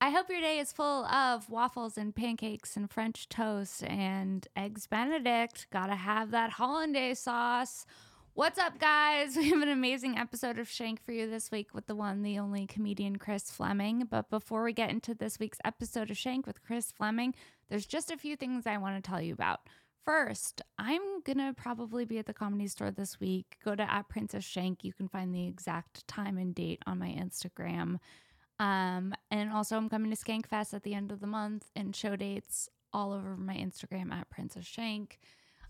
I hope your day is full of waffles and pancakes and French toast and eggs Benedict. Gotta have that hollandaise sauce. What's up, guys? We have an amazing episode of Shank for you this week with the one, the only comedian Chris Fleming. But before we get into this week's episode of Shank with Chris Fleming, there's just a few things I want to tell you about. First, I'm gonna probably be at the comedy store this week. Go to at Princess Shank. You can find the exact time and date on my Instagram. Um, and also, I'm coming to Skankfest at the end of the month and show dates all over my Instagram at Princess Shank.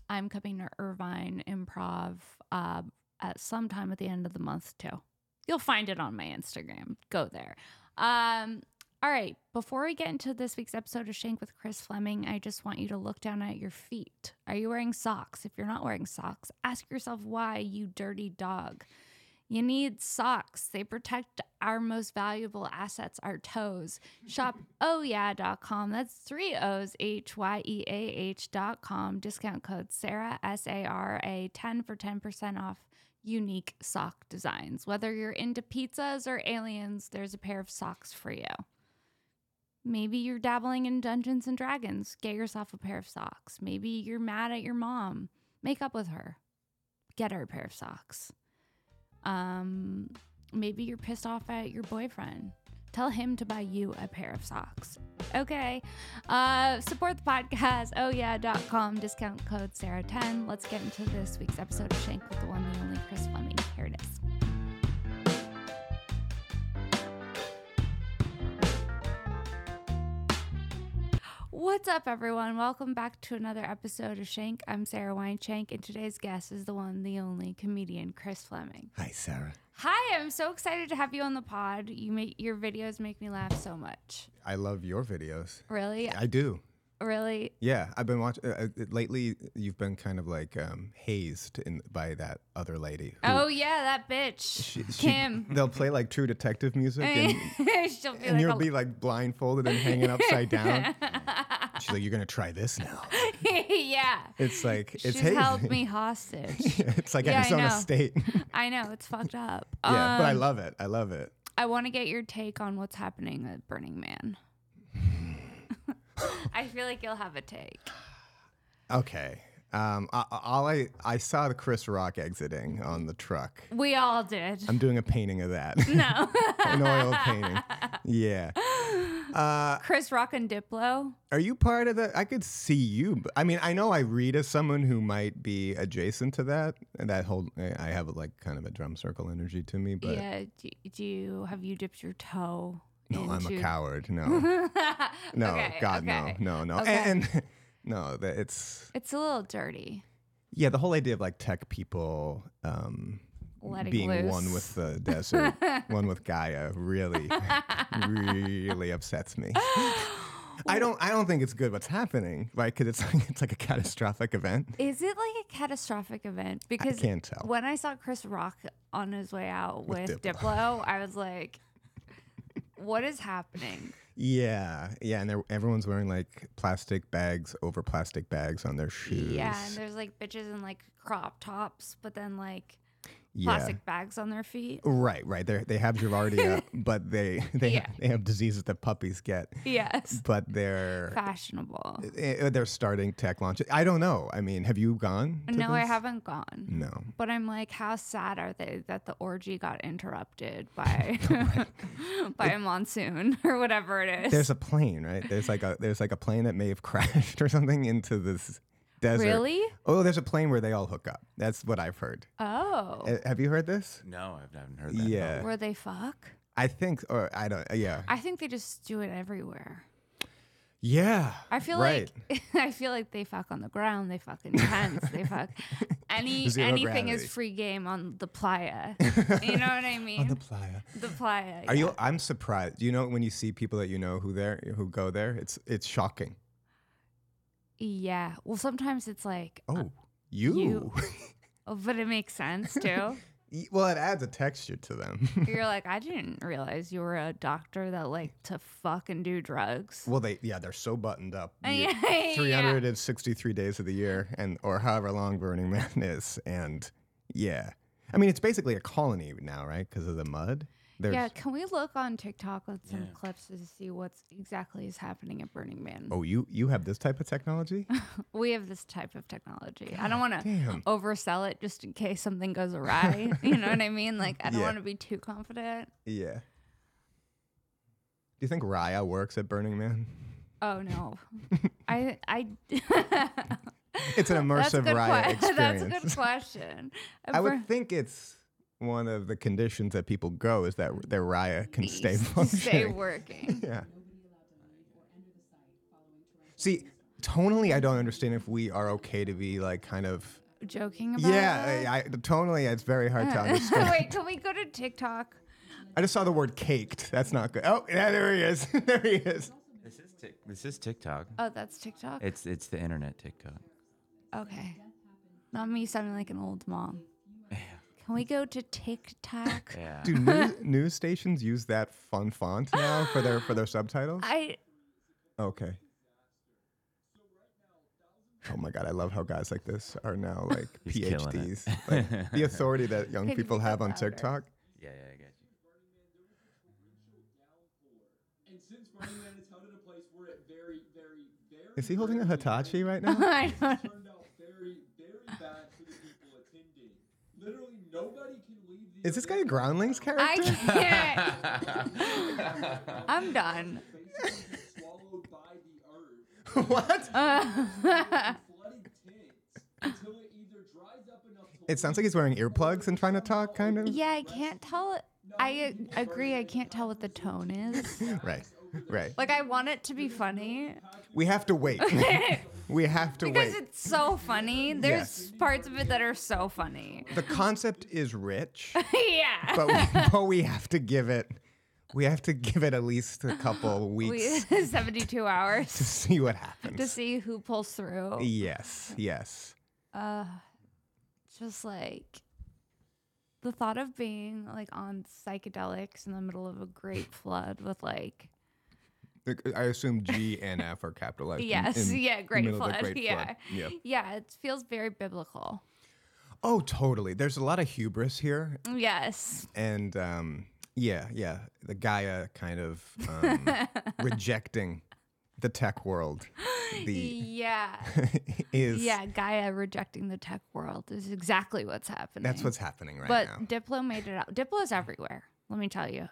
I'm coming to Irvine Improv uh, at some time at the end of the month, too. You'll find it on my Instagram. Go there. Um, all right. Before we get into this week's episode of Shank with Chris Fleming, I just want you to look down at your feet. Are you wearing socks? If you're not wearing socks, ask yourself why, you dirty dog. You need socks. They protect our most valuable assets, our toes. Shop E ohyeah.com. That's three O's, H Y E A H.com. Discount code Sarah, S A R A, 10 for 10% off unique sock designs. Whether you're into pizzas or aliens, there's a pair of socks for you. Maybe you're dabbling in Dungeons and Dragons. Get yourself a pair of socks. Maybe you're mad at your mom. Make up with her. Get her a pair of socks. Um, maybe you're pissed off at your boyfriend. Tell him to buy you a pair of socks. Okay. Uh, support the podcast. Oh, yeah.com. Discount code Sarah10. Let's get into this week's episode of Shank with the one, the only Chris Fleming. Here it is. What's up, everyone? Welcome back to another episode of Shank. I'm Sarah Wineshank, and today's guest is the one, the only comedian, Chris Fleming. Hi, Sarah. Hi, I'm so excited to have you on the pod. You make your videos make me laugh so much. I love your videos. Really, I do. really. Yeah, I've been watching uh, uh, lately. You've been kind of like um, hazed in, by that other lady. who- Oh yeah, that bitch, she- Kim. They'll play like True Detective music, and, She'll be and like, "Oh." you'll a- be like blindfolded and hanging upside down. She's like, "You're gonna try this now." yeah. It's like it's She's hazing. held me hostage. it's like Yeah, I Arizona know. State. yeah, I know it's fucked up. but I Um, love it. I love it. I want to get your take on what's happening at Burning Man. I feel like you'll have a take. Okay. Um, I, I- all I I saw the Chris Rock exiting on the truck. We all did. I'm doing a painting of that. no, an oil painting. Yeah. Uh, Chris Rock and Diplo. are you part of that? I could see you. but- I mean, I know I read as someone who might be adjacent to that. And that whole, I I have like kind of a drum circle energy to me, but yeah. Do, do you have you dipped your toe? no, I'm a into- coward. No, no, Okay, God, okay. no, no, no. Okay. And, and no, that it's, It's a little dirty. yeah, the whole idea of like tech people, um, Letting being loose. one with the desert, one with Gaia, really, really upsets me. I don't. I don't think it's good. What's happening, right? Because it's like, it's like a catastrophic event. Is it like a catastrophic event? Because can't tell. When I saw Chris Rock on his way out with, Diplo. Diplo, I was like, "What is happening?" Yeah, yeah. And they're, everyone's wearing like plastic bags over plastic bags on their shoes. Yeah, and there's like bitches in like crop tops, but then like Yeah. plastic bags on their feet. Right, right. They they have Girardia, but they they Yeah. they have diseases that puppies get. Yes, But they're fashionable. eh, they're starting tech launch. I don't know. I mean, have you gone? to No, I this? haven't gone. No. But I'm like, how sad are they that the orgy got interrupted by Oh by a monsoon or whatever it is? There's a plane, right? There's like a there's like a plane that may have crashed or something into this desert. really? Oh, there's a plane where they all hook up. That's what I've heard. Oh, Uh, Have you heard this? No, I've I haven't heard that. no. Yeah, where they fuck? I think, or I don't. uh, Yeah, I think they just do it everywhere. yeah. I feel right. like I feel like they fuck on the ground, they fuck in tents, they fuck any Zero anything gravity. is free game on the playa. you know what I mean? the, playa. playa. Are yeah. you? I'm surprised. You know, when you see people that you know who there who go there, it's it's shocking. Yeah. Well, sometimes it's like, Oh, you. oh, but it makes sense too. well, it adds a texture to them. You're like, I didn't realize you were a doctor that liked to fuck and do drugs. well, they yeah, they're so buttoned up. Uh, Yeah, You- yeah. 363 days of the year and or however long Burning Man is and yeah. I mean, it's basically a colony now, right? Because of the mud. There's, yeah, can we look on TikTok at some Yeah. clips to see what's exactly is happening at Burning Man? Oh, you you have this type of technology? We have this type of technology. I don't want to damn. oversell it just in case something goes awry. you know what I mean? Like I don't Yeah. want to be too confident. yeah. Do you think Raya works at Burning Man? Oh no. I I It's an That's a immersive good Raya que- That's experience. a good question. I Bur- would think it's one of the conditions that people go is that their Raya can stay stay functioning. working. yeah. See, tonally, I don't understand if we are okay to be like kind of. Joking about Yeah, it? I, I, tonally, it's very hard to understand. Wait, can we go to TikTok? I just saw the word caked. That's not good. Oh, yeah, there he is. there he is. This is tic- this is TikTok. Oh, that's TikTok. It's it's the internet TikTok. Okay. Not me sounding like an old mom. Can we go to TikTok? Yeah. Do news, news stations use that fun font now for their for their subtitles? I Okay. Oh my god, I love how guys like this are now like He's killing it. PhDs. Like the authority that young Can you people make have that on louder? TikTok. Yeah, yeah, I got you. And since Burning Man is held in a place where it very, very, very Is he holding a rarely Hitachi right now? I don't turned out very, very bad for the people attending. Literally nobody can leave the Is this guy a Groundlings I character? can't. I'm done. basically just swallowed by the earth. what? Uh, Flooded tanks until it either dries up enough to It sounds like he's wearing earplugs and trying to talk, kind of. yeah, I can't tell. I a- agree. I can't tell what the tone is. Right. Right. Like I want it to be funny We have to wait. we have to because wait. it's so funny. There's parts of it that are so funny. The concept is rich, yeah. but we, but we have to give it. We have to give it at least a couple We- weeks 72 to hours see what happens. to see who pulls through. Yes, yes. Uh, just like the thought of being like on psychedelics in the middle of a great flood with like The- I assume G and F are capitalized. in- yes, in yeah, the great middle of the flood, Great yeah. Flood. Yep. yeah, it feels very biblical. Oh, totally. There's a lot of hubris here, Yes, and um, yeah, yeah. The Gaia kind of um, rejecting the tech world. The yeah, is yeah. Gaia rejecting the tech world is exactly what's happening. that's what's happening right But now. Diplo made it out. Diplo's everywhere. Let me tell you.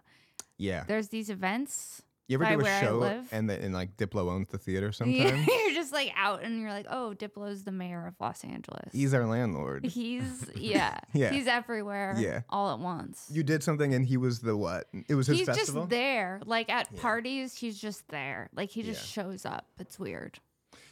yeah. There's these events. You ever by do where I a show live. and the, and like Diplo owns the theater Yeah, sometimes? you're just like out and you're like, oh, Diplo's the mayor of Los Angeles. He's our landlord. He's yeah. Yeah. He's everywhere. Yeah. All at once. You did something and he was the what? It was his he's festival. just there. Like at parties, he's just there. Like he just shows up. It's weird.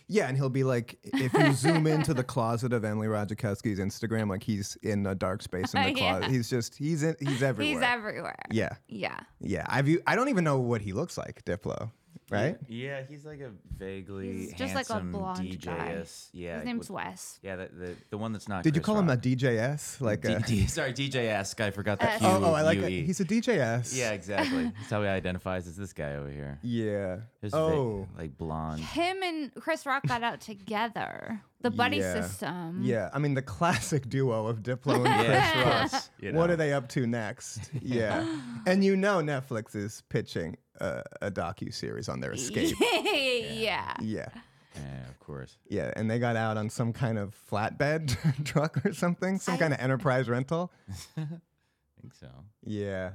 Yeah, and he'll be like, if you zoom into the closet of Emily Ratajkowski's Instagram, like he's in a dark space in the Yeah. closet. He's just he's in, he's everywhere. He's everywhere. yeah, Yeah. yeah. I've u- I don't even know what he looks like, Diplo. Right? Yeah, he's like a vaguely He's just like a handsome blonde guy. DJS. Yeah, His name's with- Wes. Yeah, the, the the one that's not. Did you Chris call him a Rock. DJS? Like a, D- D- sorry, DJ Ask. I forgot that. S. U- oh, oh, I like UE. it. He's a DJS. yeah, exactly. That's how he identifies as this guy over here. yeah. His va- Oh, like blonde. Him and Chris Rock got out together. The buddy Yeah. system. yeah. I mean, the classic duo of Diplo and Chris. Yeah, Chris Rock. you What know. are they up to next? Yeah, and you know Netflix is pitching a, a docu series on their escape. yeah. yeah. Yeah, of course. Yeah, and they got out on some kind of flatbed truck or something, some kind of enterprise rental. I think so. Yeah.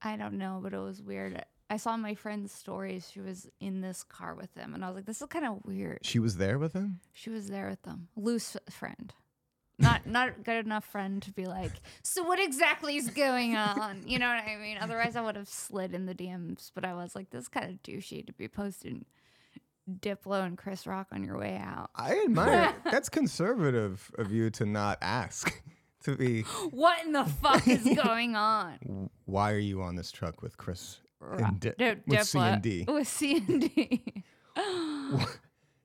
I don't know, but it was weird. I saw my friend's stories. She was in this car with them, and I was like, "This is kind of weird." She was there with him? She was there with them. Loose friend. Not not good enough friend to be like, so what exactly is going on? You know what I mean? Otherwise I would have slid in the DMs, but I was like, this is kind of douchey to be posting Diplo and Chris Rock on your way out. I admire it. That's conservative of you to not ask. To be, What in the fuck is going on? why are you on this truck with Chris Rock- and Di- Dip- with C and D? With C and D.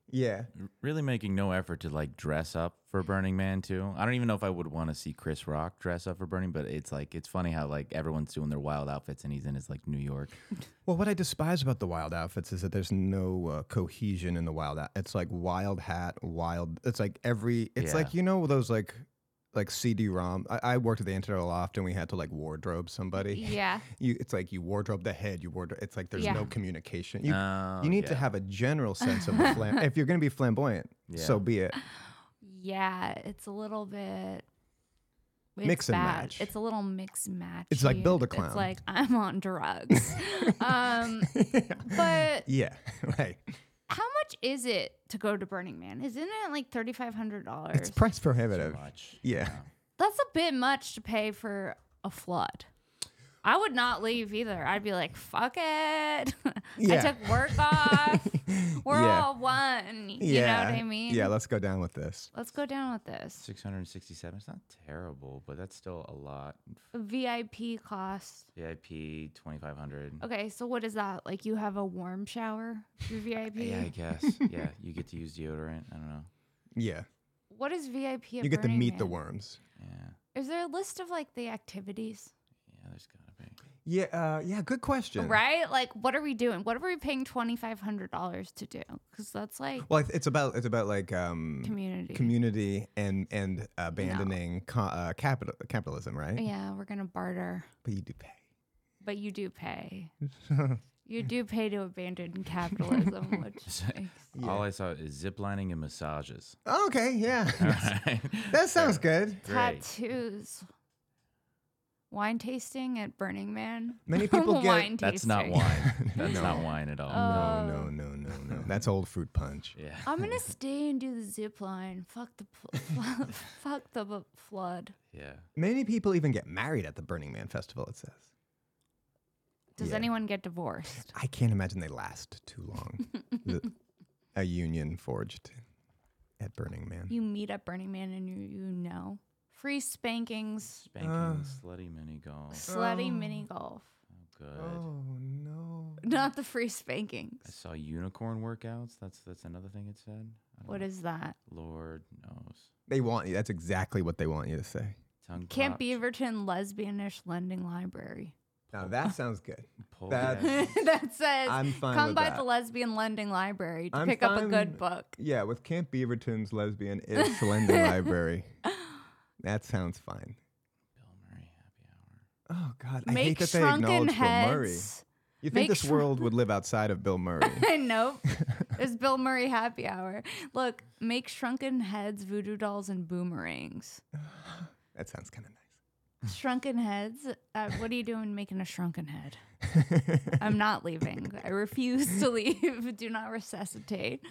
Yeah. Really making no effort to like dress up for Burning Man too. I don't even know if I would want to see Chris Rock dress up for Burning, but it's like it's funny how like everyone's doing their wild outfits and he's in his like New York. Well, what I despise about the wild outfits is that there's no uh, cohesion in the wild. Out- it's like wild hat, wild. It's like every. It's Yeah. like you know those like like CD-ROM. I, I worked at the Internet Loft, and we had to like wardrobe somebody. Yeah. You, it's like you wardrobe the head. You wardrobe. It's like there's Yeah. no communication. You, Oh, you need to yeah. have a general sense of the flam. if you're going to be flamboyant, Yeah. so be it. Yeah, it's a little bit. It's Mix and bad. match. It's a little mix and match. It's like build a It's clown. like I'm on drugs. um, but Yeah, right. how much is it to go to Burning Man? Isn't it like thirty five hundred dollars? It's price prohibitive. much. uh, Yeah. That's a bit much to pay for a flood. I would not leave either. I'd be like, fuck it. I Yeah. took work off. We're Yeah. all one. You yeah. know what I mean? Yeah, let's go down with this. Let's go down with this. 667. It's not terrible, but that's still a lot. VIP cost. VIP 2500. Okay, so what is that? Like you have a warm shower for VIP? Yeah, I guess. yeah, you get to use deodorant. I don't know. Yeah. What is VIP? At You get to Burning meet the Man? worms. Yeah. Is there a list of like the activities? Yeah, there's got to be. Yeah, uh, yeah, good question. Right? Like, what are we doing? What are we paying twenty five hundred dollars to do? Because that's like Well, it's- it's about it's about like um community. community and and abandoning co- uh, capital capitalism, right? yeah, we're gonna barter, But you do pay. but you do pay. you do pay to abandon capitalism, which makes- All I saw is ziplining and massages. okay, yeah. All right. that sounds good. Great. tattoos. Wine tasting at Burning Man. Many people get wine That's tasting. not wine. That's not wine at all. No, Oh. no, no, no, no. That's old fruit punch. yeah. I'm gonna stay and do the zip line. Fuck the pl- fuck the bu- flood. Yeah. Many people even get married at the Burning Man festival, it says. Does Yeah. anyone get divorced? I can't imagine they last too long. The- a union forged at Burning Man. You meet at Burning Man and you, you know free spankings, Spanking, Uh. slutty mini golf. slutty Oh. mini golf. Oh, good. no. Not the free I spankings. saw unicorn workouts. That's that's another thing it said. I don't What know. is that? Lord knows. They want you. That's exactly what they want you to say. Tongue Camp popped, Beaverton Lesbianish Lending Library. Now that sounds good. pull that- gas. that says I'm fine Oh. come with by that. the Lesbian Lending Library to I'm pick up a fine- good book. Yeah, with Camp Beaverton's lesbian is lending library. That sounds fine. Bill Murray happy hour. Oh God, I hate Make that they shrunken acknowledge Bill Murray. heads. You think Make this shrun- world would live outside of Bill Murray? nope. It's Bill Murray happy hour. Look, make shrunken heads, voodoo dolls, and boomerangs. that sounds kind of nice. Shrunken heads. Uh, what are you doing making a shrunken head? I'm not leaving. I refuse to leave. Do not resuscitate.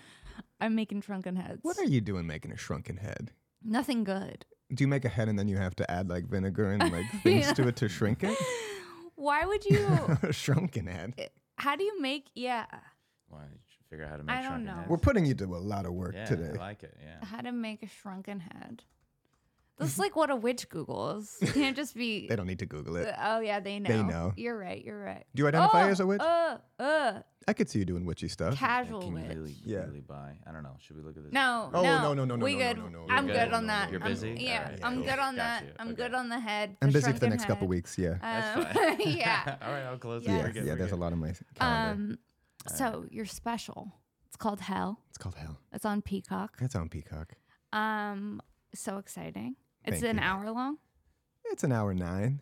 I'm making shrunken heads. What are you doing making a shrunken head? Nothing good. Do you make a head and then you have to add like vinegar and like things to it to shrink it? Why would you? a shrunken head. how do you make? Yeah. Why don't you figure out how to make I don't shrunken know. heads? We're putting you to a lot of work yeah, today. I like it. Yeah. How to make a shrunken head. This is like what a witch Googles. You can't just be. they don't need to Google it. oh, yeah, they know. know. You're right. You're right. Do you identify Oh, as a witch? Uh, uh, I could see you doing witchy stuff. casual Can witch. you really, Yeah. really buy? I don't know. Should we look at this? No, Oh, no, no, no, no, no, we no, good. no, no, no, I'm no, good no, on no, that. you're I'm- busy? Yeah, Alright, I'm cool. good on that. Got you. I'm Okay. good on the head. I'm busy for the shrunken next couple head. weeks. Yeah. Um, That's fine. yeah. All right, I'll close Yeah. it. yeah, We're good, yeah we're there's a good. lot on my calendar. Um, so you're special. It's called Hell. it's called Hell. It's on Peacock. That's on Peacock. Um, so exciting. It's Thank an you. hour long. It's an hour nine.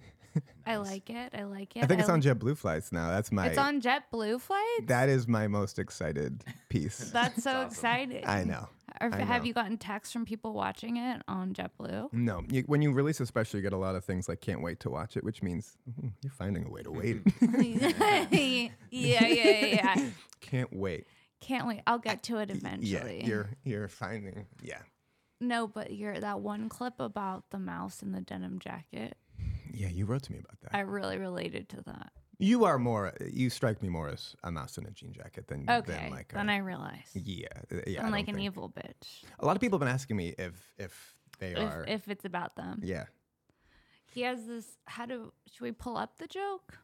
I like it. I like it. I think it's li- on JetBlue flights now. That's my. It's on JetBlue flights. That is my most excited piece. That's so exciting. I know. Or I have know. you gotten texts from people watching it on JetBlue? No, you, when you release a special, you get a lot of things like "can't wait to watch it," which means "Hmm, you're finding a way to wait. yeah, yeah, yeah, yeah. Can't wait. Can't wait. I'll get to it Yeah, eventually. you're you're finding. Yeah, no, but you're that one clip about the mouse in the denim jacket. yeah. You wrote to me about that. I really related to that. you are more. You strike me more as a mouse in a jean jacket than Okay. than like. then a, I realized. yeah, uh, yeah. I I'm like don't an think- evil bitch. A lot of people have been asking me if if they are. If, if it's about them. yeah. He has this how do should we pull up the joke?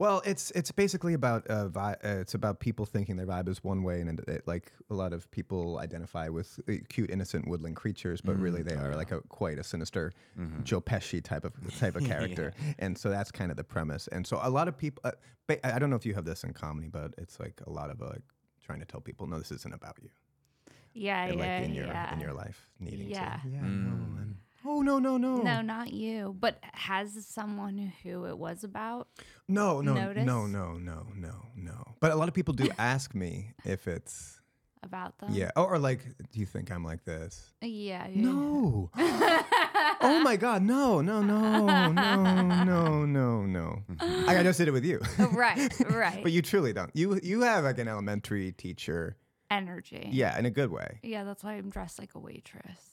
Well, it's it's basically about uh, vi- uh, it's about people thinking their vibe is one way, and it, it- like a lot of people identify with uh, cute, innocent woodland creatures, but really they are like a quite a sinister Mm-hmm. Joe Pesci type of type of character, and so that's kind of the premise. And so a lot of people, uh, ba- I I don't know if you have this in comedy, but it's like a lot of uh, like trying to tell people, no, this isn't about you, Yeah, and yeah, like in your uh, yeah. in your life needing Mm. Yeah. to, yeah, no, I'm, Oh no no no No, not you. But has someone who it was about? no no notice? no no no no no. But a lot of people do ask me if it's About them? yeah. Oh, or like, do you think I'm like this? Yeah. Um. yeah, No. yeah. Oh my God! No, no, no, no, no, no, no! Like, I just did it with you, right, right. but you truly don't. You you have like an elementary teacher, Energy. yeah, in a good way. Yeah, that's why I'm dressed like a waitress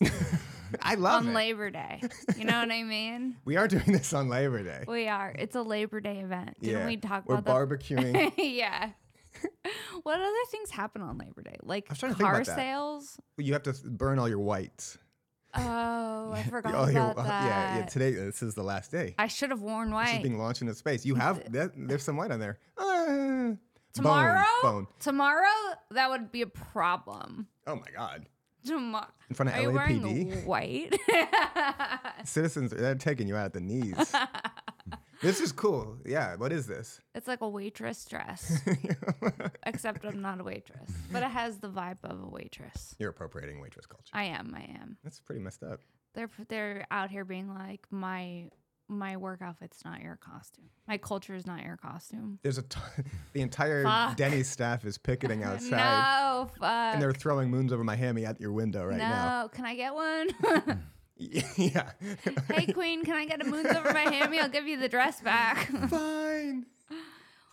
I love on it. Labor Day. You know what I mean? we are doing this on Labor Day. We are. It's a Labor Day event. Didn't yeah, we talk We're about that? barbecuing. yeah. what other things happen on Labor Day? Like I was trying to think car about that. sales? you have to th- burn all your whites. Oh, I forgot Oh, your- about uh, that. yeah, yeah. Today this is the last day. I should have worn This is white. being launched into space. You have that, there's some white on there. Uh, bone, Tomorrow? bone. Tomorrow, that would be a problem. Oh my God! Tomorrow. In front of Are you LAPD. wearing white? Citizens, they're taking you out at the knees. this is cool. Yeah, what is this? it's like a waitress dress, except I'm not a waitress, but it has the vibe of a waitress. You're appropriating waitress culture. I am. I am. That's pretty messed up. They're they're out here being like my my work outfit's not your costume. My culture is not your costume. There's a t- the entire Fuck. Denny's staff is picketing outside, No, fuck. and they're throwing moons over my hammy out your window right no, now. can I get one? yeah. hey, queen, can I get a moons over my hammy? I'll give you the dress back. Fine.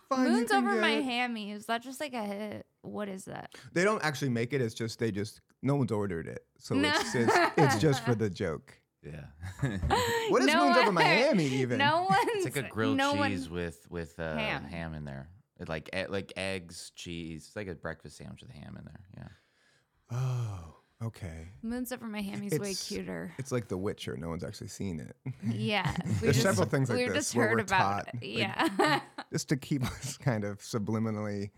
Fine. you moons can over my get it. hammy. Is that just like a hit? What is that? They don't actually make it. It's just they just no one's ordered it, so No. it's, it's it's just for the joke. Mm, Yeah. What is No moons over one- my hammy? Even No one's it's like a grilled no one- cheese with with uh, Ham. ham. in there. It like e- like eggs, cheese. It's like a breakfast sandwich with ham in there. Yeah. Oh, okay. moons over my hammy's way It's- cuter. It's like The Witcher. No one's actually seen it. Yeah, we There's several things like we this just where heard we're about taught, it. like, Yeah. just to keep us kind of subliminally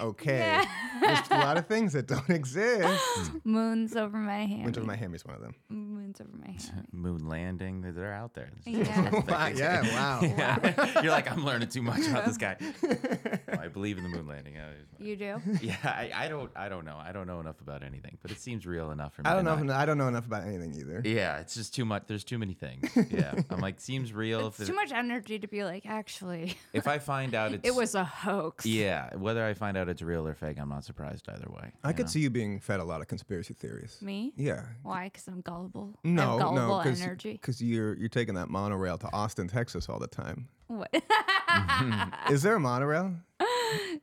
okay. There's a lot of things that don't exist. Moons over my hammy. Winter of my hammy is one of them. Moons over my hammy. Moon landing. they're- They're out there. It's just- Yeah. Wow, yeah, wow. Yeah. You're like, I'm learning too much about this guy. Oh, I believe in the moon landing. Yeah, it's fine. You do? Yeah, I, I don't I don't know. I don't know enough about anything, but it seems real enough for me. I don't to know. not- If, I don't know enough about anything either. Yeah, it's just too much. There's too many things. Yeah, I'm like, seems real. It's if, too it- much energy to be like, actually, if I find out it's it was a hoax. Yeah, whether I find out it's real or fake, I'm not surprised either way. I you could know? see you being fed a lot of conspiracy theories. Me? Yeah. Why? Because I'm gullible. I No, have gullible no, because energy. you're you're taking that monorail to Austin, Texas, all the time. What? Ah. Is there a monorail?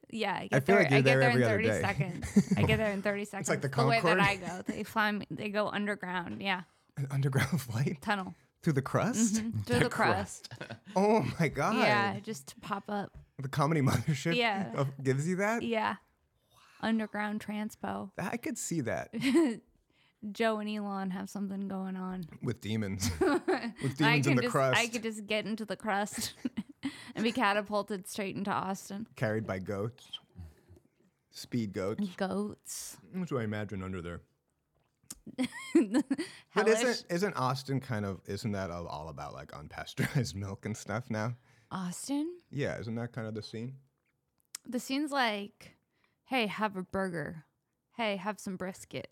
yeah, I get feel there. like you're I get there there in every other 30 day. seconds. I get there in 30 seconds. like the way that Concorde. I go. They fly. Me, they go underground. Yeah, An underground flight tunnel through the crust? through the, crust. Oh my god! Mm-hmm. Yeah, just to pop up. The comedy mothership Yeah. of- gives you that. Yeah, underground transpo. I could see that Joe and Elon have something going on. with demons, with I demons can in the just, crust, I could just get into the crust and be catapulted straight into Austin. carried by goats, speed goats. Goats. What do I imagine under there? But Hellish. isn't isn't Austin kind of isn't that all all about like unpasteurized milk and stuff now? Austin? Yeah, isn't that kind of the scene? The scene's like, hey, have a burger. Hey, have some brisket.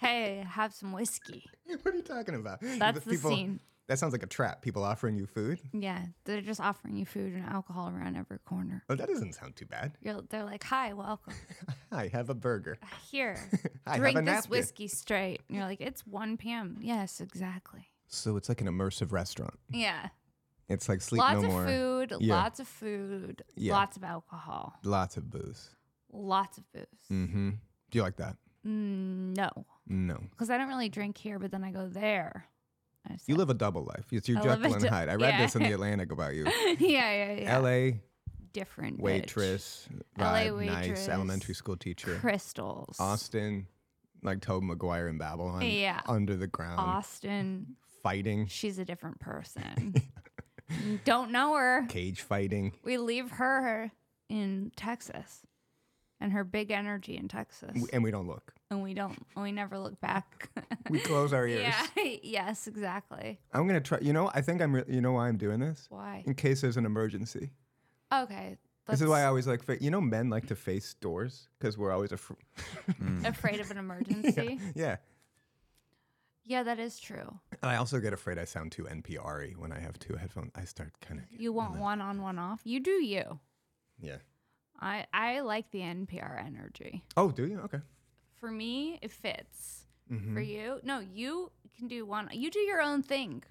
Hey, have some whiskey. what are you talking about? That's the scene. That sounds like a trap. People offering you food. Yeah, they're just offering you food and alcohol around every corner. Oh, that doesn't sound too bad. You're, they're like, hi, welcome. I have a burger. Here, I have drink a this napkin. whiskey straight. And you're like, it's 1 p.m. Yes, exactly. So it's like an immersive restaurant. Yeah. It's like sleep lots no of more. food, Yeah. lots of food, Yeah. lots of alcohol, Lots of booze. lots of booze. Mm-hmm. Do you like that? Mm, No, No. because I don't really drink here, but then I go there. I was You like- live a double life. It's your I live Jekyll a and du- Hyde. I read yeah. this in the Atlantic about you. yeah, yeah, yeah. L.A. Different bitch. waitress, LA vibe, waitress. nice elementary school teacher. crystals. Austin, like Tobey Maguire in Babylon. Yeah. Under the ground, Austin, fighting, she's a different person. Don't know her. cage fighting. We leave her in Texas and her big energy in Texas. And we don't look. and we don't, we never look back. We close our ears. yeah. Yes, exactly. I'm gonna try. You know, I think I'm. Re- you know why I'm doing this? Why? In case there's an emergency. Okay. Mm. This is why I that's always like. Fa- you know, men like to face Mm. doors because we're always afraid. afraid of an emergency. yeah. Yeah, that is true. And I also get afraid I sound too NPR-y when I have two headphones. I start kind of You want one on, one off. You do you. yeah. I I like the NPR energy. Oh, do you? Okay. For me, it fits. Mm-hmm. For you, no, you can do one. You do your own thing.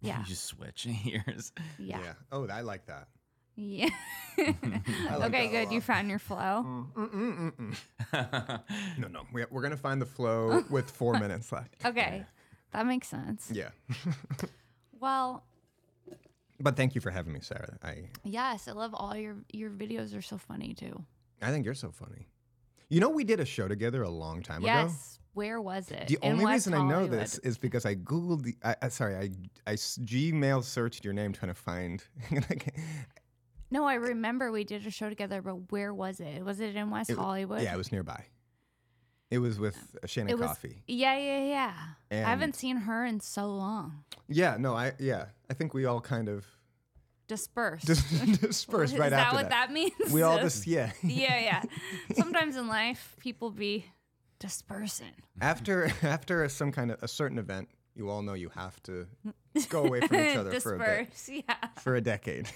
Yeah, You just switch ears. yeah, Oh, I like that. yeah. like okay, that a good. You lot. found your flow. Mm-hmm. No, no. We, we're gonna find the flow with four minutes left. Okay, that makes sense. Yeah. Well, but thank you for having me, Sarah. I yes, I love all your your videos. Are so funny too. I think you're so funny. You know, we did a show together a long time ago. Yes. Where was it? The In only West reason I know Hollywood. this is because I googled the. I, I, sorry, I I s- Gmail searched your name trying to find. No, I remember we did a show together, but where was it? Was it in West It- Hollywood? yeah, it was nearby. It was with uh, Shannon Um, It was- Coffee. Yeah, yeah, yeah. I haven't And- seen her in so long. Yeah, no, I yeah, I think we all kind of Dispersed. dis- dispersed Is right that after what that, means? We all just yeah. yeah, yeah. Sometimes in life, people be dispersing. after after some kind of a certain event, you all know you have to go away from each other for a bit, Disperse, yeah, for a decade.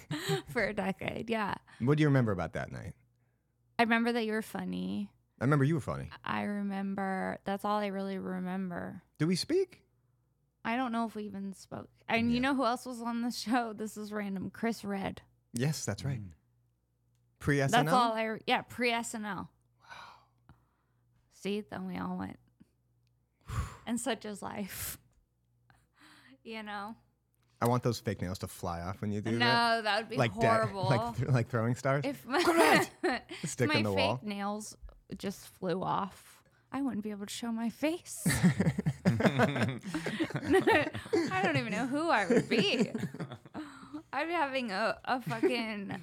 for a decade, yeah. what do you remember about that night? I remember that you were funny. I remember you were funny. I remember. That's all I really remember. Do we speak? I don't know if we even spoke. And you know who else was on the show? This is random. Chris Red. Yes, that's right. Pre SNL. That's all I. Yeah, pre SNL. Wow. See, then we all went. and such is life. You know. I want those fake nails to fly off when you do no, that. that, would be like da- horrible. like th- like throwing stars. if my, Stick my in the fake wall. nails just flew off, I wouldn't be able to show my face. I don't even know who I would be. I'd be having a, a fucking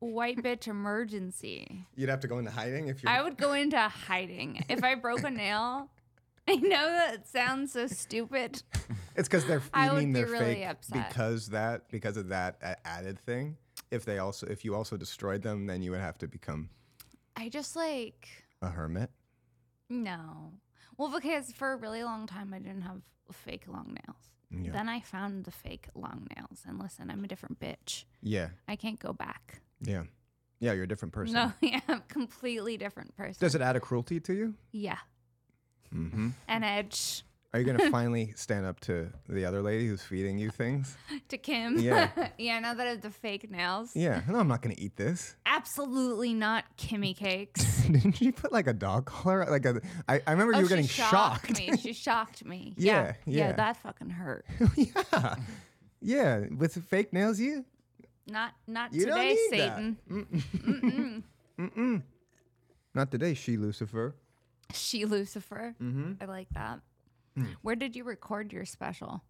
white bitch emergency. You'd have to go into hiding if you. I would go into hiding if I broke a nail. I know that sounds so stupid. It's because they're. You I would mean be they're really fake upset. because that because of that uh, added thing. If they also if you also destroyed them, then you would have to become I just like a hermit. no. Well, because for a really long time I didn't have fake long nails. Yeah. Then I found the fake long nails, and listen, I'm a different bitch. Yeah, I can't go back. yeah, yeah. You're a different person. No, yeah, I'm a completely different person. Does it add a cruelty to you? yeah, Mm-hmm. an edge Are you gonna finally stand up to the other lady who's feeding you things? to Kim. Yeah. yeah. Now that I have the fake nails, Yeah. No, I'm not gonna eat this. absolutely not Kimmy cakes. Didn't you put like a dog collar? Like a, I, I remember Oh, you were getting she shocked, shocked. me. She shocked me. Yeah, Yeah, yeah, yeah. that fucking hurt. yeah. Yeah. With fake nails, you. Not not You don't today, need that. Satan. Not today, she Lucifer. She Lucifer. Mm-hmm. I like that. Hmm. Where did you record your special?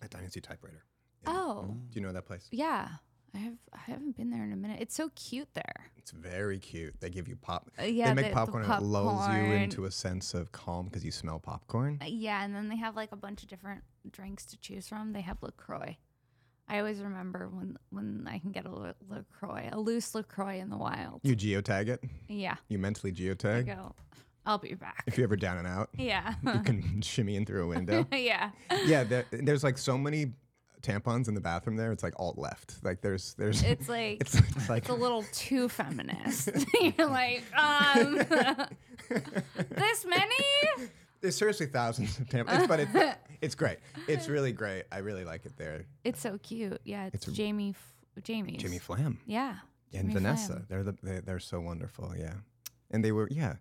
A Dynasty typewriter. Oh, Do you know that place? yeah. I have I haven't been there in a minute. It's so cute there. It's very cute. They give you pop. Uh, yeah, they make the- the popcorn, and it lulls you popcorn. into a sense of calm because you smell popcorn. Uh, Yeah, and then they have like a bunch of different drinks to choose from. They have Lacroix. I always remember when when I can get a La- Lacroix, a loose Lacroix in the wild. You geotag it. Yeah, You mentally I geotag. go. I'll be back. If you're ever down and out, Yeah, you can Uh-huh. shimmy in through a window. yeah. yeah, there, there's like so many tampons in the bathroom there. It's like alt left. Like there's there's It's like it's, it's like it's a little too feminist. You're like, um, this many? there's seriously thousands of tampons, but it's it's great. It's really great. I really like it there. It's so cute. Yeah, it's, Jamie. F- Jamie's. Jimmy Flam. Yeah. and Jimmy Vanessa. Fallon. They're the they're, they're so wonderful. Yeah, and they were yeah.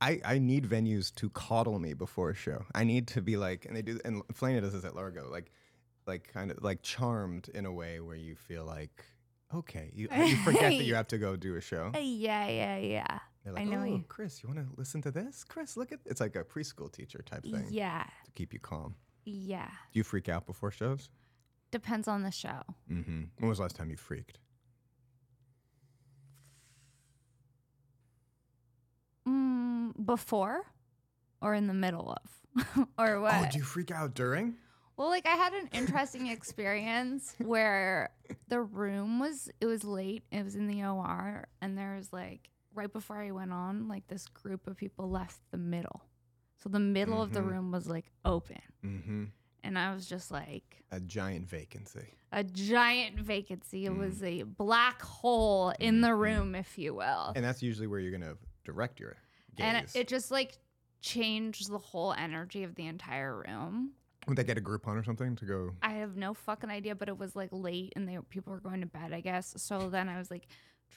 I, I need venues to coddle me before a show. I need to be like, and they do, and Flana does this at Largo, like, like kind of like charmed in a way where you feel like, okay, you, you forget that you have to go do a show. Uh, Yeah, yeah, yeah. They're like, I know oh, you. Chris, you want to listen to this? Chris, look at it's like a preschool teacher type thing Yeah, to keep you calm. yeah. Do you freak out before shows? Depends on the show. Mm-hmm. When was the last time you freaked? Mm, before, or in the middle of, or what? Oh, do you freak out during? Well, like I had an interesting experience where the room was it was late. It was in the OR and there was like right before I went on, like this group of people left the middle. So the middle of the room was like open. Mm-hmm. And I was just like A giant vacancy. a giant vacancy. Mm. It was a black hole Mm-hmm. in the room, if you will. And that's usually where you're going to direct your gaze. Oh. And it, it just like changed the whole energy of the entire room. Would they get a Groupon or something to go? I have no fucking idea, but it was like late and they people were going to bed, I guess. So then I was like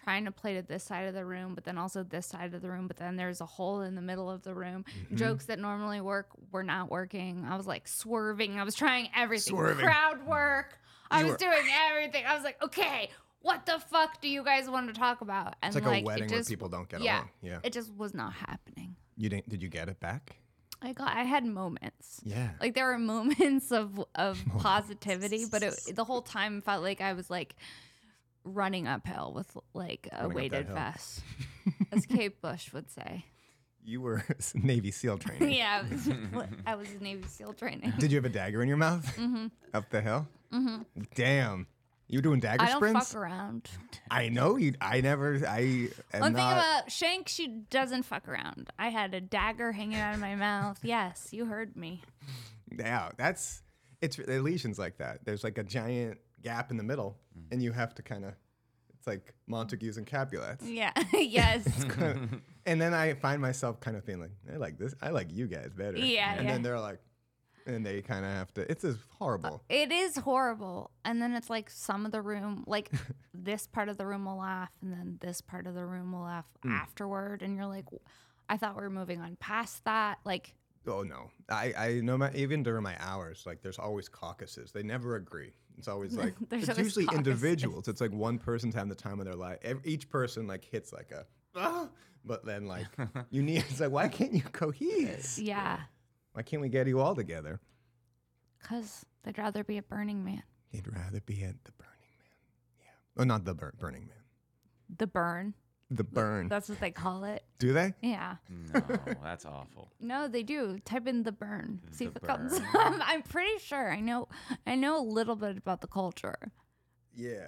trying to play to this side of the room, but then also this side of the room, but then there's a hole in the middle of the room. mm-hmm? Jokes that normally work were not working. I was like swerving. I was trying everything. Swerving. Crowd work. I You was were- doing everything. I was like, okay, what the fuck do you guys want to talk about? And It's like, it a wedding just- where people don't get yeah. along. Yeah. It just was not happening. You didn't? Did you get it back? I got I had moments Yeah. like there were moments of of positivity but it, the whole time felt like i was like running uphill with like a Running up that weighted hill. vest as kate bush would say you were Navy SEAL training. yeah I was, i was in navy seal training Did you have a dagger in your mouth? Mm-hmm. Up the hill? Mm-hmm. Damn. You were doing dagger i don't sprints? fuck around I know you. I never. I am one not. thing about shank she doesn't fuck around i had a dagger hanging out of my mouth yes you heard me yeah, that's. It's Elysian's like that. There's like a giant gap in the middle, and you have to kind of. It's like Montagues and Capulets. yeah yes and then I find myself kind of feeling I like this. I like you guys better. Yeah, And yeah. then they're like, and they kind of have to. It's just horrible. It is horrible. And then it's like some of the room, like this part of the room will laugh, and then this part of the room will laugh Hmm. afterward. And you're like, I thought we were moving on past that. Like, Oh no, I I know my even during my hours, like there's always caucuses. They never agree. It's always like There's it's always usually caucuses. individuals. It's like one person's having the time of their life. Ev- Each person like hits like a, "Ah," but then like you need. It's like why can't you cohese? yeah, Why can't we get you all together? because they'd rather be a Burning Man. He'd rather be at the Burning Man. Yeah. Oh, not the bur- Burning Man. The burn. The Hmm. burn. That's what they call it. Do they? Yeah. No, that's awful. No, they do. Type in the burn. See The if it comes burn. up. I'm pretty sure. I know I know a little bit about the culture. Yeah.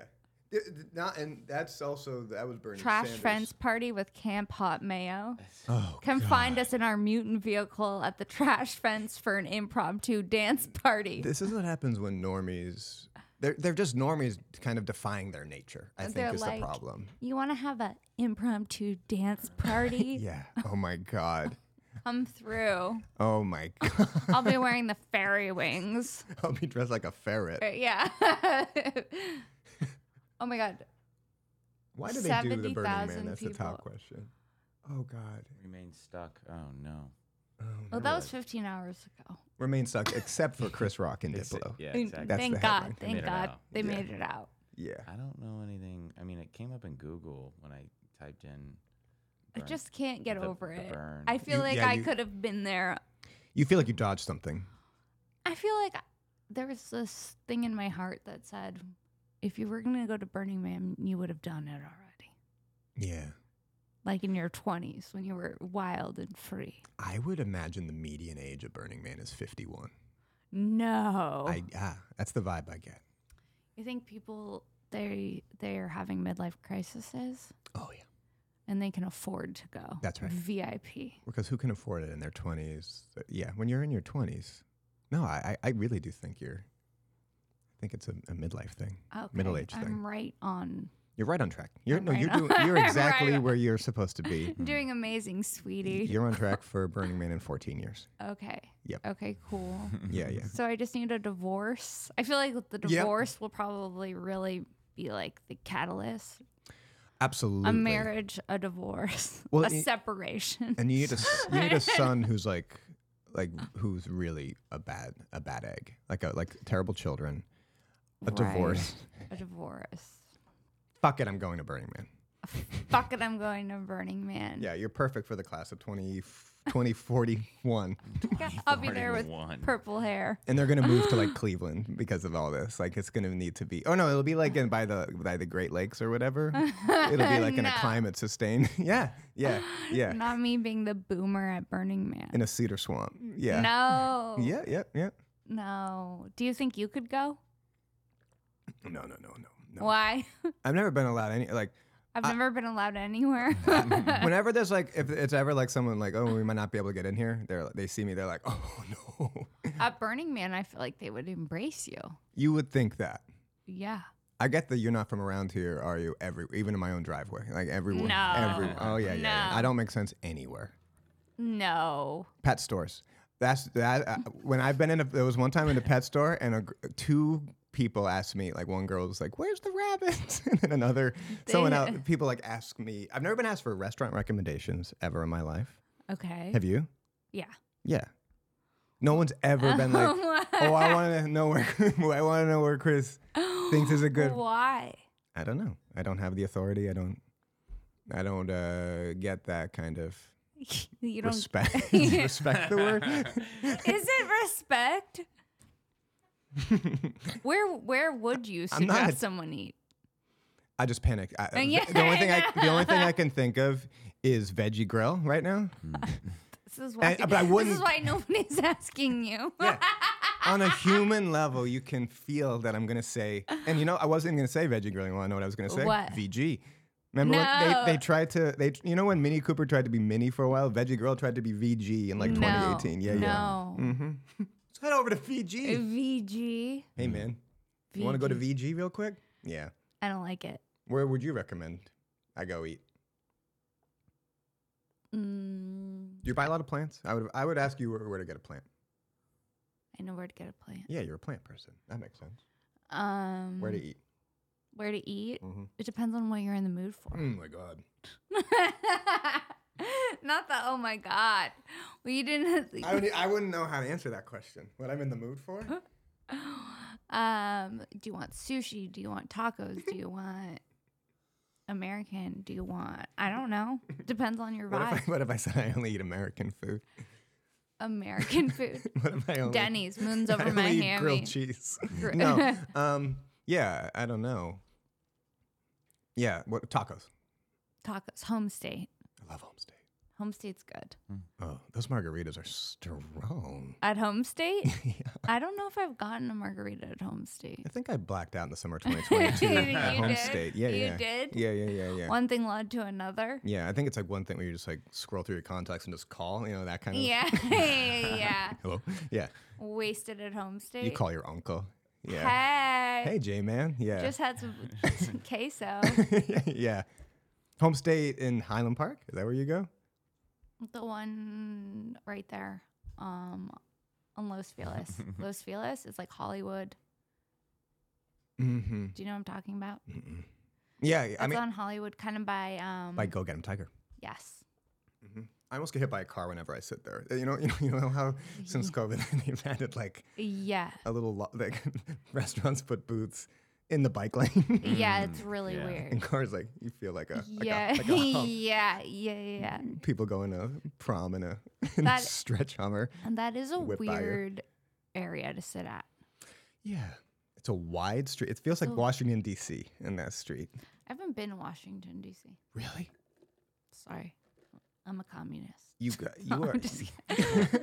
Th- th- Not, and that's also that was Bernie Trash Sanders. Friends Party with Camp Hot Mayo. Oh, Come find us in our mutant vehicle at the trash fence for an impromptu dance party. This is what happens when normies. They're, they're just normies kind of defying their nature, I They're think is like- the problem. you want to have an impromptu dance party? Yeah. Oh my God. Come through. Oh my God. I'll be wearing the fairy wings. I'll be dressed like a ferret. But yeah. oh my God. Why do they do the Burning 70,000 Man? That's the top people. question. Oh God. Remain stuck. Oh no. Well, that was 15 hours ago. Remain stuck, except for Chris Rock and It's- Diplo. Yeah, And exactly. That's Thank the God. headline. Thank Made it God. out. They Yeah. made it out. Yeah. I don't know anything. I mean, it came up in Google when I typed in. I burn- just can't get the- over the it. burn. I feel You- like yeah, I you- could have been there You feel like you dodged something. I feel like there was this thing in my heart that said, if you were going to go to Burning Man, you would have done it already. Yeah. Like in your 20s when you were wild and free. I would imagine the median age of Burning Man is 51. No. I, ah, that's the vibe I get. you think people they they are having midlife crises Oh, yeah. and they can afford to go. That's right. VIP. Because who can afford it in their 20s? Uh, Yeah, when you're in your 20s. No, I, I I really do think you're, I think it's a, a midlife thing, Okay, middle age I'm thing. right on You're right on track. You're, I'm no, right you're, on- doing, you're I'm exactly right on- where you're supposed to be. doing amazing, sweetie. Hmm. You're on track for Burning Man in 14 years. Okay. Yep. Okay, cool. Yeah, yeah. So I just need a divorce. I feel like the divorce will probably really be like the catalyst. Absolutely. A marriage, a divorce, Well, a it- separation. And you need a, s- you need a son who's like, like who's really a bad a bad egg, like a like terrible children, a Right. divorce. a divorce. Fuck it, I'm going to Burning Man. Fuck it, I'm going to Burning Man. Yeah, you're perfect for the class of 20, 2041. I'll be there with One. purple hair. and they're gonna move to like Cleveland because of all this. Like it's gonna need to be. Oh no, it'll be like in by the by the Great Lakes or whatever. It'll be like in a No. climate sustained. yeah, yeah, yeah. Not me being the boomer at Burning Man. In a cedar swamp. Yeah. No. Yeah, yeah, yeah. No. Do you think you could go? No, no, no, no, no. Why? I've never been allowed any like. I've never been allowed anywhere. Whenever there's like, if it's ever like someone like, oh, we might not be able to get in here, they're they see me, they're like, oh no. At Burning Man, I feel like they would embrace you. You would think that. Yeah. I get that you're not from around here, are you? Every even in my own driveway, like everyone, No. every- oh yeah, yeah, yeah. No. I don't make sense anywhere. No. Pet stores. That's that. Uh, when I've been in, a, there was one time in a pet store, and a, gr- two people asked me, like one girl was like, "Where's the rabbit?" and then another, someone They- else, people like ask me. I've never been asked for restaurant recommendations ever in my life. Okay. Have you? yeah. Yeah. No one's ever been like, "Oh, I want to know where I want to know where Chris thinks is a good Why? I don't know. I don't have the authority. I don't. I don't uh, get that kind of You don't. respect. Is respect the word. Is it respect? where Where would you I'm not suggest a- someone eat? I just panicked. I, Uh, Yeah, the only thing I, I the only thing I can think of is veggie grill right now. This is why. I- but I This wouldn't- is why nobody's asking you. Yeah. On a human level, you can feel that I'm gonna say, and you know, I wasn't gonna say veggie grill. You want to know what I was gonna say? What? VG. Remember No. when they, they tried to they you know when Mini Cooper tried to be Mini for a while, Veggie Grill tried to be VG in like 2018. Yeah, Mm. no. yeah. Mm-hmm. No. Uh, Let's head over to VG. VG. Hey man, you want to go to VG. VG real quick? Yeah. I don't like it. Where would you recommend I go eat? Mm, Do you buy a lot of plants? I would I would ask you where, where to get a plant. I know where to get a plant. Yeah, you're a plant person. That makes sense. Um, Where to eat? Where to eat? Mhm. It depends on what you're in the mood for. Oh my god. Not the oh my god. Well, you didn't. I would I wouldn't know how to answer that question. What I'm in the mood for? Um, do you want sushi? Do you want tacos? Do you want American? Do you want? I don't know. Depends on your What if, I, vibe. what if I said I only eat American food? American food. What if I only Denny's moons I over only eat Miami. grilled cheese? Gr- no. Um. Yeah. I don't know. Yeah. What tacos? Tacos. Home state. I love home state. Home state's good. Oh, those margaritas are strong. At home state, yeah. I don't know if I've gotten a margarita at home state. I think I blacked out in the summer 2022 at You home did? state. Yeah, You yeah. did? Yeah, yeah, yeah, yeah. One thing led to another. yeah, I think it's like one thing where you just like scroll through your contacts and just call, you know, that kind of. Yeah, yeah. Hello. Yeah. Wasted at home state. You call your uncle. Yeah. Hey, Hey, J man. Yeah. just had some some queso. yeah. Home state in Highland Park. Is that where you go? the one right there, um, on Los Feliz. Los Feliz is like Hollywood. Mm-hmm. Do you know what I'm talking about? It's Yeah. yeah, I mean, on Hollywood, kind of by um. like go get him, tiger. Mm-hmm. yes. I almost get hit by a car whenever I sit there. You know, you know, you know how since COVID they've added like Yeah. a little lo- like restaurants put booths in the bike lane. Yeah, it's really yeah. weird. And cars like you feel like a like a- yeah. like a hump. yeah, yeah, yeah, people going to prom in a, in a That- stretch hummer. And that is a Whip by you. weird area to sit at. Yeah, it's a wide street. It feels like Washington D.C. in that street. I haven't been to Washington D.C. Really? Sorry, I'm a communist. You go, you No, are. I'm just kidding.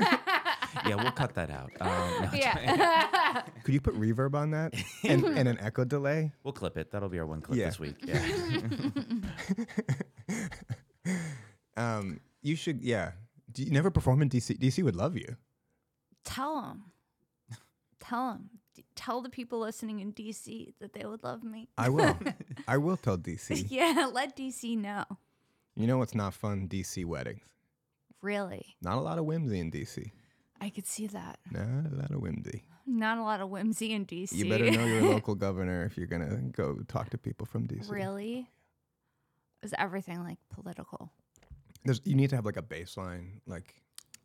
yeah, we'll cut that out. Um, no, yeah. Could you put reverb on that and, and an echo delay? We'll clip it. That'll be our one clip Yeah. this week. Yeah. Um, you should. Yeah. Do you never perform in D.C.? D.C. would love you. Tell them. Tell them. tell the people listening in DC that they would love me. I will. I will tell D.C. yeah, let DC know. You know what's not fun? D.C. weddings. Really, Not a lot of whimsy in D.C. I could see that. Not a lot of whimsy. Not a lot of whimsy in DC. You better know your local governor if you're gonna go talk to people from D.C. really, is everything like political There's, you need to have like a baseline, like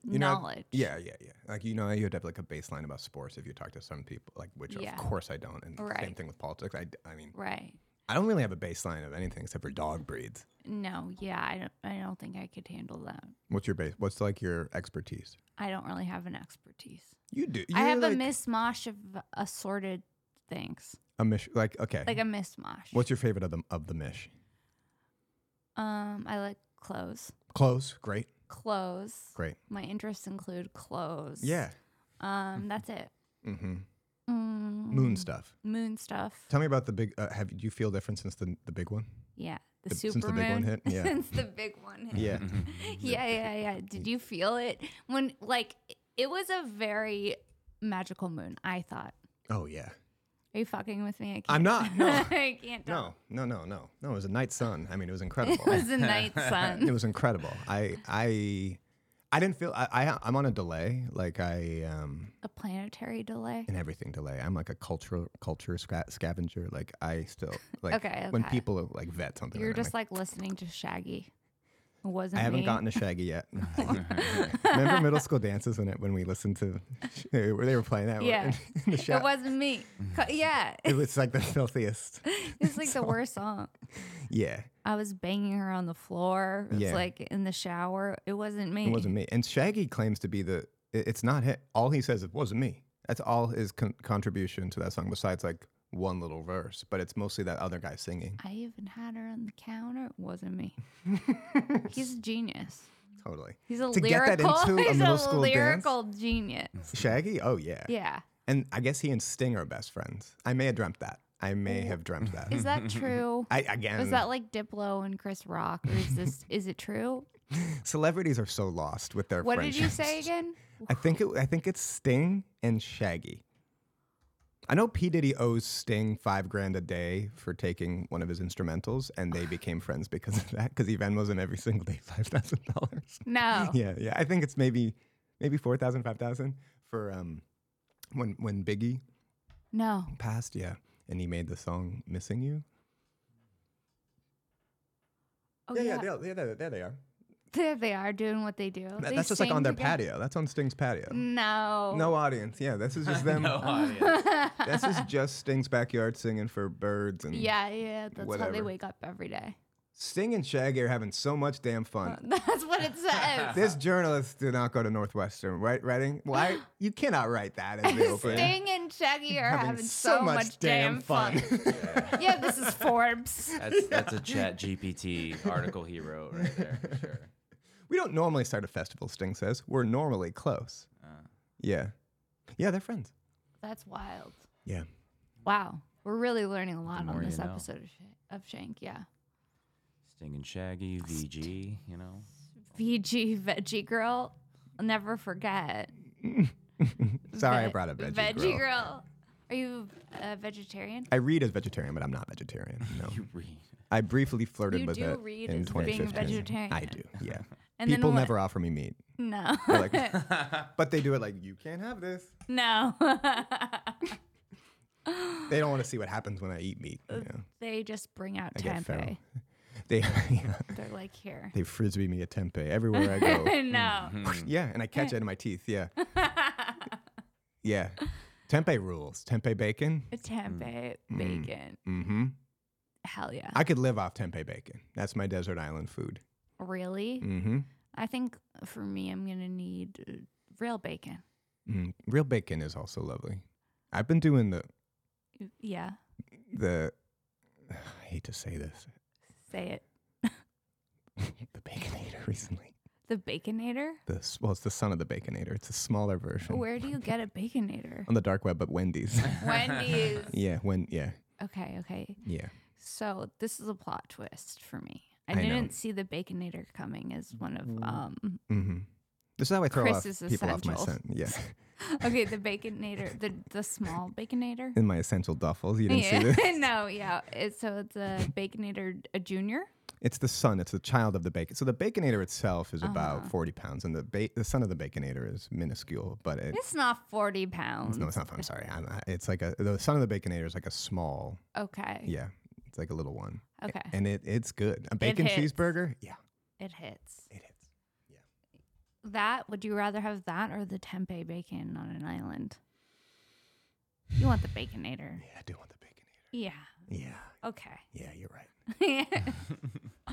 you know, knowledge? yeah, yeah, yeah. Like you know, you have to have like a baseline about sports if you talk to some people, like which Yeah. of course I don't. And the same Right. thing with politics. I, d- I mean, Right. I don't really have a baseline of anything except for dog breeds. No. Yeah. I don't. I don't think I could handle that. What's your base? What's like your expertise? I don't really have an expertise. You do. I you're, have a like, mishmash of assorted things, A mish. Like okay. like a mishmash. Mm-hmm. What's your favorite of the of the mish? um? I like clothes. Clothes. Great. Clothes. Great. My interests include clothes. Yeah. Um. That's it. Mm-hmm. Mm, Moon stuff. Moon stuff. Tell me about the big. Uh, have do you feel different since the the big one? Yeah. The The- supermoon. since the big one hit, yeah. since the big one hit. Yeah. yeah, yeah, yeah. Did you feel it when like it was a very magical moon? I thought. Oh yeah. Are you fucking with me? I can't. I'm not, no. I can't. Tell. No, no, no, no, no. It was a night sun. I mean, it was incredible. It was the night it sun. was incredible. I, I, I didn't feel. I, I, I'm on a delay. Like I, um, a planetary delay. an everything delay. I'm like a cultural culture sca- scavenger. Like I still like Okay, when okay. people like vet something. You're and I'm just like listening to Shaggy. It I wasn't. haven't me. gotten to Shaggy yet. Remember middle school dances when it, when we listened to they were they were playing that. Yeah. in the It shag- wasn't me. Co- Yeah, It was like the filthiest. it's like the worst song. Yeah, I was banging her on the floor. It's Yeah. like in the shower. It wasn't me. it wasn't me. And Shaggy claims to be the. it- It's not him. All he says is wasn't me. That's all his con- contribution to that song. Besides like one little verse, but it's mostly that other guy singing. I even had her on the counter. It wasn't me. He's a genius. Totally. He's a To get that lyrical. into a he's middle a school dance? lyrical genius. Shaggy. Oh yeah. Yeah. And I guess he and Sting are best friends. I may have dreamt that. I may have dreamt that. Is that true? I again. Was that like Diplo and Chris Rock, or is this? is it true? celebrities are so lost with their. What did you say friendships. again? I think it, I think it's Sting and Shaggy. I know P Diddy owes Sting five grand a day for taking one of his instrumentals, and they became friends because of that. Because he Venmos him every single day five thousand dollars. No. Yeah, yeah. I think it's maybe maybe four thousand, five thousand for um when when Biggie No. passed. Yeah, and he made the song "Missing You." Oh yeah, yeah. yeah, they- yeah, there, there they are. There they are doing what they do. That- They that's just like on sing their together. patio. That's on Sting's patio. No. No audience. Yeah, this is just them. No audience. This is just Sting's backyard singing for birds and Yeah, yeah. That's how they Whatever. wake up every day. Sting and Shaggy are having so much damn fun. That's what it says. This journalist did not go to Northwestern, right? Writing? Why? You cannot write that in the open. Sting and Shaggy are having, so, much, damn, fun. yeah, this is Forbes. That's that's a Chat GPT article he wrote right there. For sure. we don't normally start a festival, Sting says. We're normally close. Yeah. Yeah, they're friends. That's wild. Yeah. Wow. We're really learning a lot The on more this you know. episode of, Sh- of Shank. Yeah. Sting and Shaggy, VG, you know. VG Veggie Girl. I'll never forget. Sorry I Ve- brought up Veggie, Veggie Girl. Girl. Are you a vegetarian? I read as vegetarian, but I'm not vegetarian. No. You read. I briefly flirted You with do it read in as being 2015. vegetarian. I do. Yeah. And then People what- never offer me meat. No. They're like, but they do it like you can't have this. no. They don't want to see what happens when I eat meat. you know. they just bring out I get feral. tempeh. They They're like, here. they frisbee me a tempeh everywhere I go. Mm-hmm. no. yeah, and I catch it in my teeth. Yeah, yeah. Tempeh rules. Tempeh bacon. Tempeh bacon. Mm-hmm. Hell yeah. I could live off tempeh bacon. That's my desert island food. really? Mm-hmm. I think for me, I'm going to need uh, real bacon. Mm. Real bacon is also lovely. I've been doing the Yeah. the. I hate to say this. Say it. The baconator recently. The Baconator? The s- well, it's the son of the baconator. It's a smaller version Where do you get a Baconator? on the dark web, but Wendy's. Wendy's. yeah, when yeah Okay, okay. yeah. So this is a plot twist for me. I, I know. didn't see the Baconator coming as one of um. Mm-hmm. This is how I throw Chris off is people off my essential. scent. Yeah, Okay, the Baconator, the the small Baconator. in my essential duffels. You didn't Yeah, see this. no, yeah. It's, so it's a Baconator, a junior. It's the son. It's the child of the bacon. So the baconator itself is Uh-huh. about forty pounds, and the ba- the son of the baconator is minuscule. But it, It's not forty pounds. no, it's not. I'm sorry. I'm, I- it's like a the son of the baconator is like a small. Okay, Yeah, it's like a little one, okay. and it it's good. A bacon hits. cheeseburger. Yeah, It hits. it hits. That would you rather have that or the tempeh bacon on an island? You want the Baconator? Yeah, I do want the baconator. Yeah. Yeah, Okay. yeah, you're right. Yeah.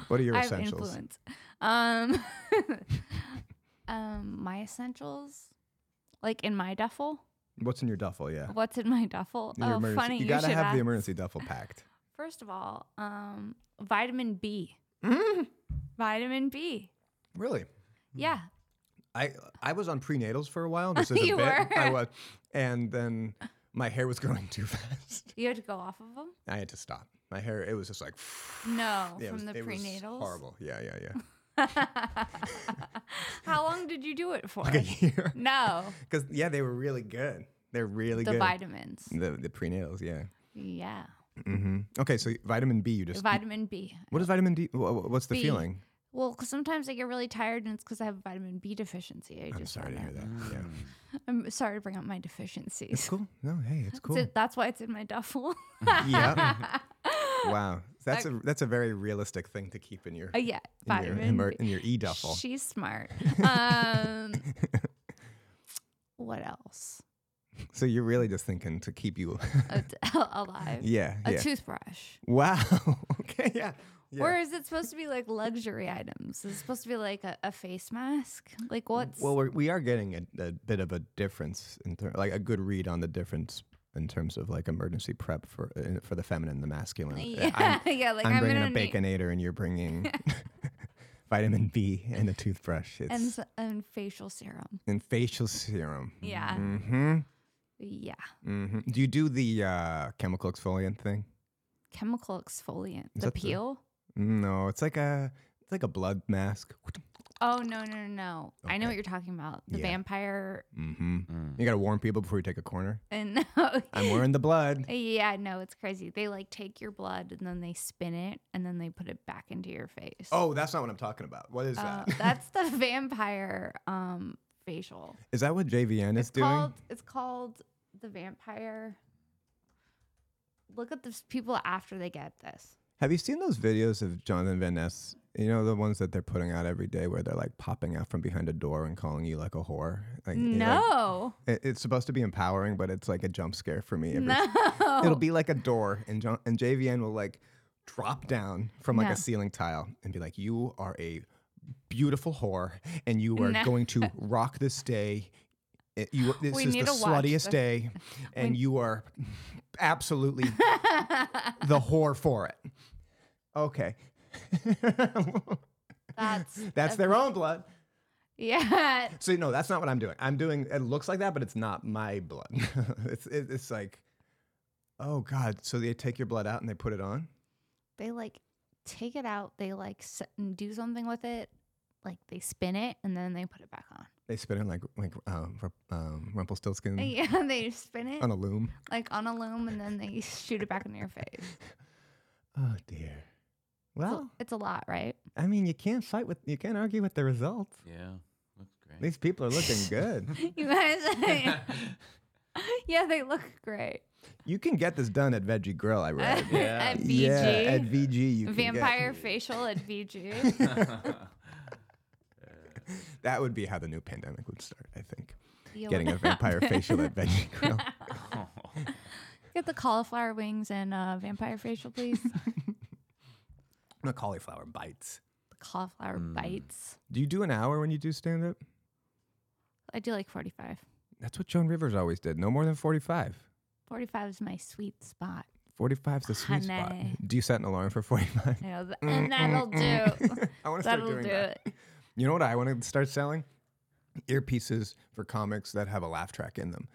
What are your I have essentials? influence. Um, um, my essentials, like in my duffel. What's in your duffel? Yeah, What's in my duffel? Your oh, emergency- funny. You You, gotta should have ask. the emergency duffel packed. First of all, um, vitamin B. Mm. Vitamin B. Really. Yeah. I I was on prenatals for a while. This is You a bit. I were? was, and then my hair was growing too fast. You had to go off of them? I had to stop. My hair, it was just like No, yeah, it from was- the it was prenatals. horrible. Yeah, yeah, yeah. How long did you do it for? Like a year. No, Because yeah, they were really good. They're really the good. vitamins. The the prenatals, yeah. Yeah, hmm Okay, so vitamin B, you just vitamin B. what is vitamin D? wh- wh- What's the B. feeling? Well, 'cause sometimes I get really tired, and it's because I have vitamin B deficiency. I I'm just sorry to found hear out. that. Yeah, I'm sorry to bring up my it's deficiencies. cool. No, hey, it's cool. So that's why it's in my duffel. Uh, yeah. wow, that's a that's a very realistic thing to keep in your Uh, yeah, in your in, vitamin. mer- B. in your e duffel. She's smart. Um, what else? So you're really just thinking to keep you. A- alive. yeah. A yeah. toothbrush. wow. okay. Yeah. yeah. Or is it supposed to be like luxury items? Is it supposed to be like a, a face mask? Like what's well, we're, we are getting a, a bit of a difference in ter- like a good read on the difference in terms of like emergency prep for uh, for the feminine, and the masculine. Uh, yeah, I'm, yeah, like I'm I'm, bringing gonna a need- baconator, and you're bringing vitamin B and a toothbrush. It's and, s- and facial serum. and facial serum. Yeah. Mm-hmm. Yeah. hmm Do you do the uh, chemical exfoliant thing? Chemical exfoliant. Is the that the- peel? No, it's like a it's like a blood mask. Oh no, no, no, no. I know Okay. what you're talking about. The Yeah. vampire Mm-hmm. Mm. You gotta warn people before you take a corner. and I'm wearing the blood. Yeah, no, it's crazy. They like take your blood and then they spin it and then they put it back into your face. Oh, that's not what I'm talking about. What is Uh, that? Is that's the vampire um facial. that what JVN is doing? called it's called the vampire. Look at the people after they get this. Have you seen those videos of Jonathan Van Ness? You know the ones that they're putting out every day, where they're like popping out from behind a door and calling you like a whore. Like, you know, like- No, it- it's supposed to be empowering, but it's like a jump scare for me. Every no. It'll be like a door, and John, and JVN will like drop down from like No. a ceiling tile and be like, "You are a beautiful whore, and you are No. going to rock this day. It- You, this We is the need to watch this. sluttiest day, and you are absolutely the whore for it." Okay, that's that's their own blood. yeah. So no, that's not what I'm doing. I'm doing. It looks like that, but it's not my blood. it's it, it's like, oh god. So they take your blood out and they put it on. They like take it out. They like s- and do something with it. Like they spin it and then they put it back on. They spin it like like um, Rup- um, Rumpelstiltskin Yeah, they spin it on a loom. like on a loom and then they shoot it back into your face. Oh dear. Well, It's a lot, right? I mean, you can't fight with you can't argue with the results. Yeah, looks great. These people are looking good. You guys, yeah, they look great. you can get this done at Veggie Grill. I read. Yeah. at VG, Yeah, at VG. You can get- vampire facial at VG. that would be how the new pandemic would start. I think You getting a wanna vampire facial at Veggie Grill. get the cauliflower wings and uh, vampire facial, please. the The cauliflower bites. cauliflower Mm. bites. Do you do an hour when you do stand up? I do like 45. That's what Joan Rivers always did. No more than 45. 45 is my sweet spot. 45 is the sweet spot. Honey. Do you set an alarm for 45? You know, th- Mm, and that'll do. I want to start That'll doing do that. it. You know what I want to start selling? Earpieces for comics that have a laugh track in them.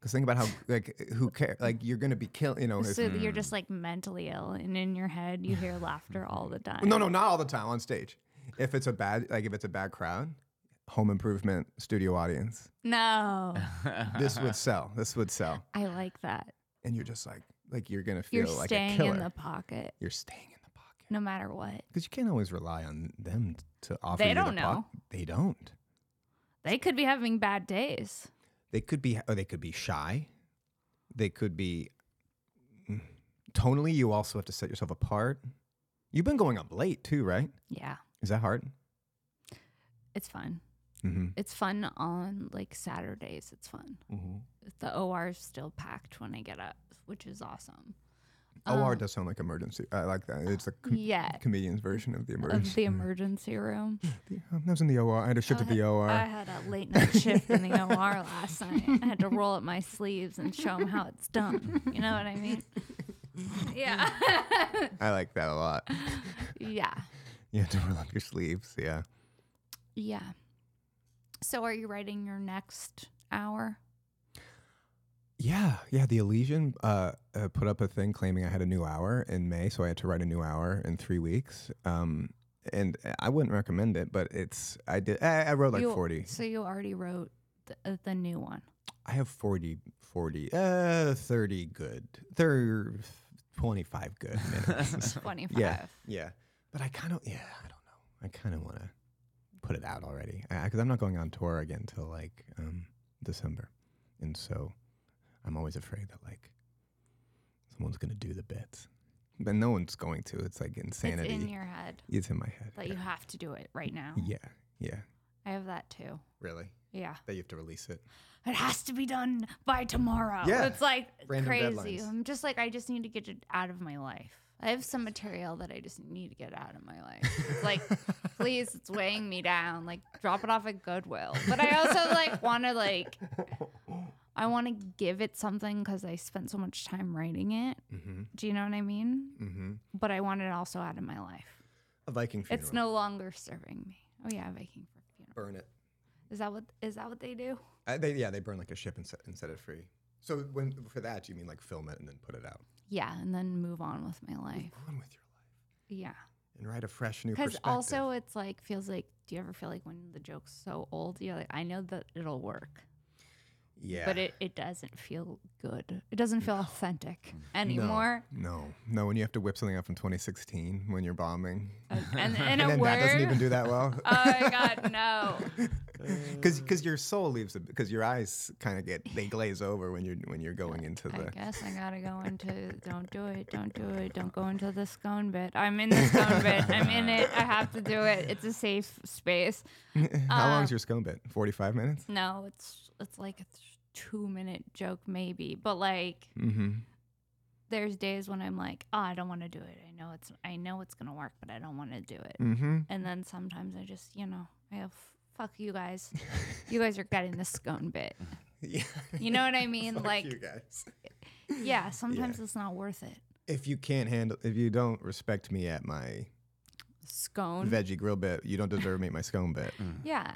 Because think about how, like, who cares? Like, you're going to be killed, you know. if- So that you're just like mentally ill, and in your head, you hear laughter all the time. no, no, not all the time on stage. If it's a bad, like, if it's a bad crowd, home improvement, studio audience, No. this would sell. This would sell. I like that. And you're just like, like, you're going to feel You're like a staying killer. in the pocket you're staying in the pocket. no matter what. Because you can't always rely on them t- to offer. They you don't the po- they don't. They could be having bad days. They could be. Or they could be shy. They could be. Mm. Tonally, you also have to set yourself apart. You've been going up late too, right? Yeah, Is that hard? it's fun. Mm-hmm. It's fun on like Saturdays. It's fun. mm-hmm. The OR is still packed when I get up, which is awesome. OR Um, does sound like emergency. I like that. It's the com- Yeah, comedian's version of the of emergency. the emergency room. I was in the OR. I had a shift at the OR. I had a late night shift in the OR last night. I had to roll up my sleeves and show them how it's done. You know what I mean? Yeah, I like that a lot. yeah, You have to roll up your sleeves. Yeah. yeah. So, are you writing your next hour? Yeah, yeah. The Elysian uh, uh, put up a thing claiming I had a new hour in May, so I had to write a new hour in three weeks. Um, and I wouldn't recommend it, but it's I did I, I wrote like You- forty. So you already wrote the, uh, the new one. I have 40, 40, uh, thirty good, thir- twenty five good minutes. 25. yeah, yeah. But I kind of yeah, I don't know. I kind of want to put it out already because I'm not going on tour again till like um, December, and so I'm always afraid that like someone's gonna do the bits, but no one's going to. It's like insanity. It's in your head It's in my head. that you have to do it right now. Yeah, yeah. I have that too. Really? Yeah. That you have to release it. It has to be done by tomorrow. Yeah. It's like Random crazy. deadlines. I'm just like, I just need to get it out of my life. I have some material that I just need to get out of my life. It's like, please, it's weighing me down. Like, drop it off at Goodwill. But I also like want to like, I want to give it something because I spent so much time writing it. Mm-hmm. Do you know what I mean? Mm-hmm. But I want it also out of my life. A Viking funeral. It's no longer serving me. Oh yeah, Viking for funeral. burn it. Is that what is that what they do? Uh, they, yeah, they burn like a ship and set, and set it free. So when for that, you mean like film it and then put it out? Yeah, and then move on with my life. On with your life Yeah. and write a fresh new Because perspective. also, it's like feels like. Do you ever feel like when the joke's so old, you're like, I know that it'll work, yeah, but it, it doesn't feel good. It doesn't feel Mm. authentic anymore. No, no, when you have to whip something up from 2016 when you're bombing, And, and, in and a then word, that doesn't even do that well. oh my god, no. Because your soul leaves because your eyes kind of get they glaze over when you're when you're going into I the guess I gotta go into. Don't do it. Don't do it. Don't go into the scone bit. I'm in the scone bit. I'm in it. I have to do it. It's a safe space. how uh, long is your scone bit 45 minutes No, it's it's like a two minute joke maybe, but like mm-hmm there's days when I'm like, oh, I don't want to do it. I know it's I know it's gonna work, but I don't want to do it. mm-hmm And then sometimes I just, you know, I have fuck you guys. You guys are getting the scone bit. yeah You know what I mean? Fuck like, you guys yeah, sometimes it's not worth it. if you can't handle if you don't respect me at my Scone. veggie grill bit you don't deserve me at my scone bit yeah.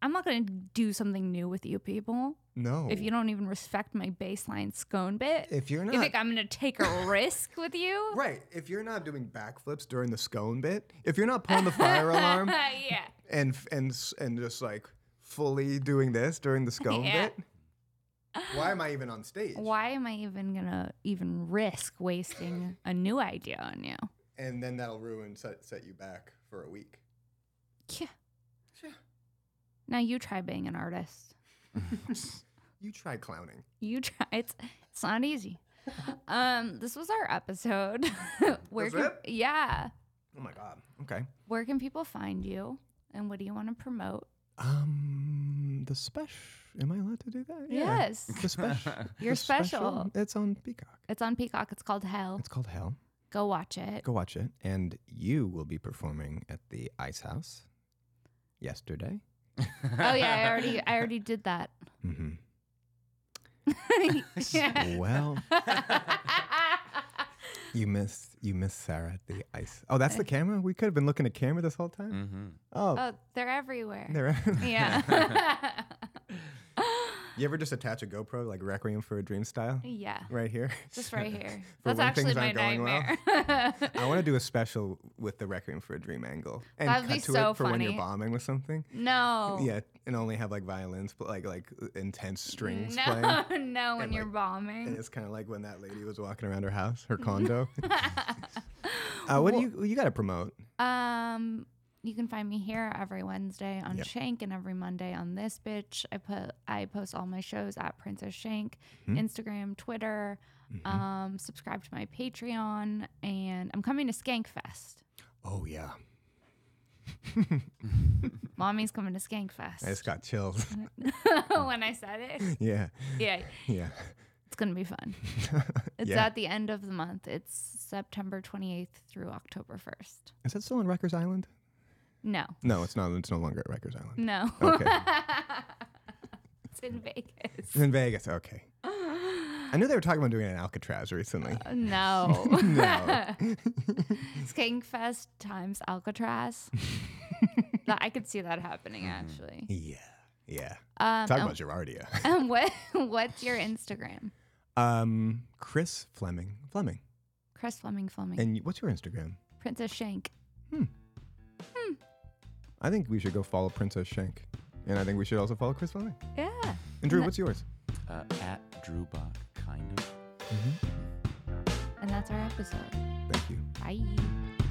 I'm not gonna do something new with you people no if you don't even respect my baseline scone bit. if you're not you think I'm gonna take a risk with you? right if you're not doing backflips during the scone bit if you're not pulling the fire alarm yeah. and f- and s- and just like fully doing this during the scone Yeah. bit why am i even on stage Why am I even gonna even risk wasting a new idea on you? and then that'll ruin set, set you back for a week Yeah. Now you try being an artist. you try clowning You try. It's it's not easy. Um, this was our episode. where That's can, yeah, oh my god okay where can people find you, and what do you want to promote? um the special am i allowed to do that Yes, the special You're the special. it's on peacock it's on Peacock. It's called Hell. it's called hell Go watch it. Go watch it. And you will be performing at the Ice House yesterday. Oh yeah, I already I already did that. Mm-hmm. Yeah. Well, you missed you missed Sarah at the ice. Oh, that's the camera. We could have been looking at camera this whole time. mm-hmm. Oh, Eh. oh, they're everywhere. there. yeah. you ever just attach a GoPro like Requiem for a Dream style yeah. right here? Just right here. For That's when actually things my aren't going well. nightmare. I want to do a special with the Requiem for a Dream angle and That'd cut be to so it for when you're funny. Oh. bombing with something. no. Yeah, and only have like violins, pl- like like intense strings playing. No, no, when And, you're like, And bombing. it's kind of like when that lady was walking around her house, her condo. uh, what do you you got to promote? Um, you can find me here every Wednesday on Yep. Shank and every Monday on this bitch. I put I post all my shows at Princess Shank, Hmm? Instagram, Twitter. Mm-hmm. Um, subscribe to my Patreon, and I'm coming to Skankfest. Oh yeah, Mommy's coming to I just Skankfest. got chills. when I said it, yeah, yeah, yeah. it's gonna be fun. It's yeah. at the end of the month. It's September 28th through October 1st. Is that still on Rikers Island? No, No, it's not. It's no longer at Rikers Island. no. Okay. it's in Vegas. It's in Vegas. Okay. I knew they were talking about doing it in Alcatraz recently. Uh, No. No. Skankfest times Alcatraz. that, I could see that happening actually. yeah, yeah. Um, Talk and- about Girardia. and what, what's your Instagram? Um, Chris Fleming. Fleming. Chris Fleming Fleming. And what's your Instagram? Princess Shank. I think we should go follow Princess Shank. And I think we should also follow Chris Fleming. Yeah. And Drew, what's yours? Uh, at Drew Bach, kind of. And that's our episode. Thank you. Bye.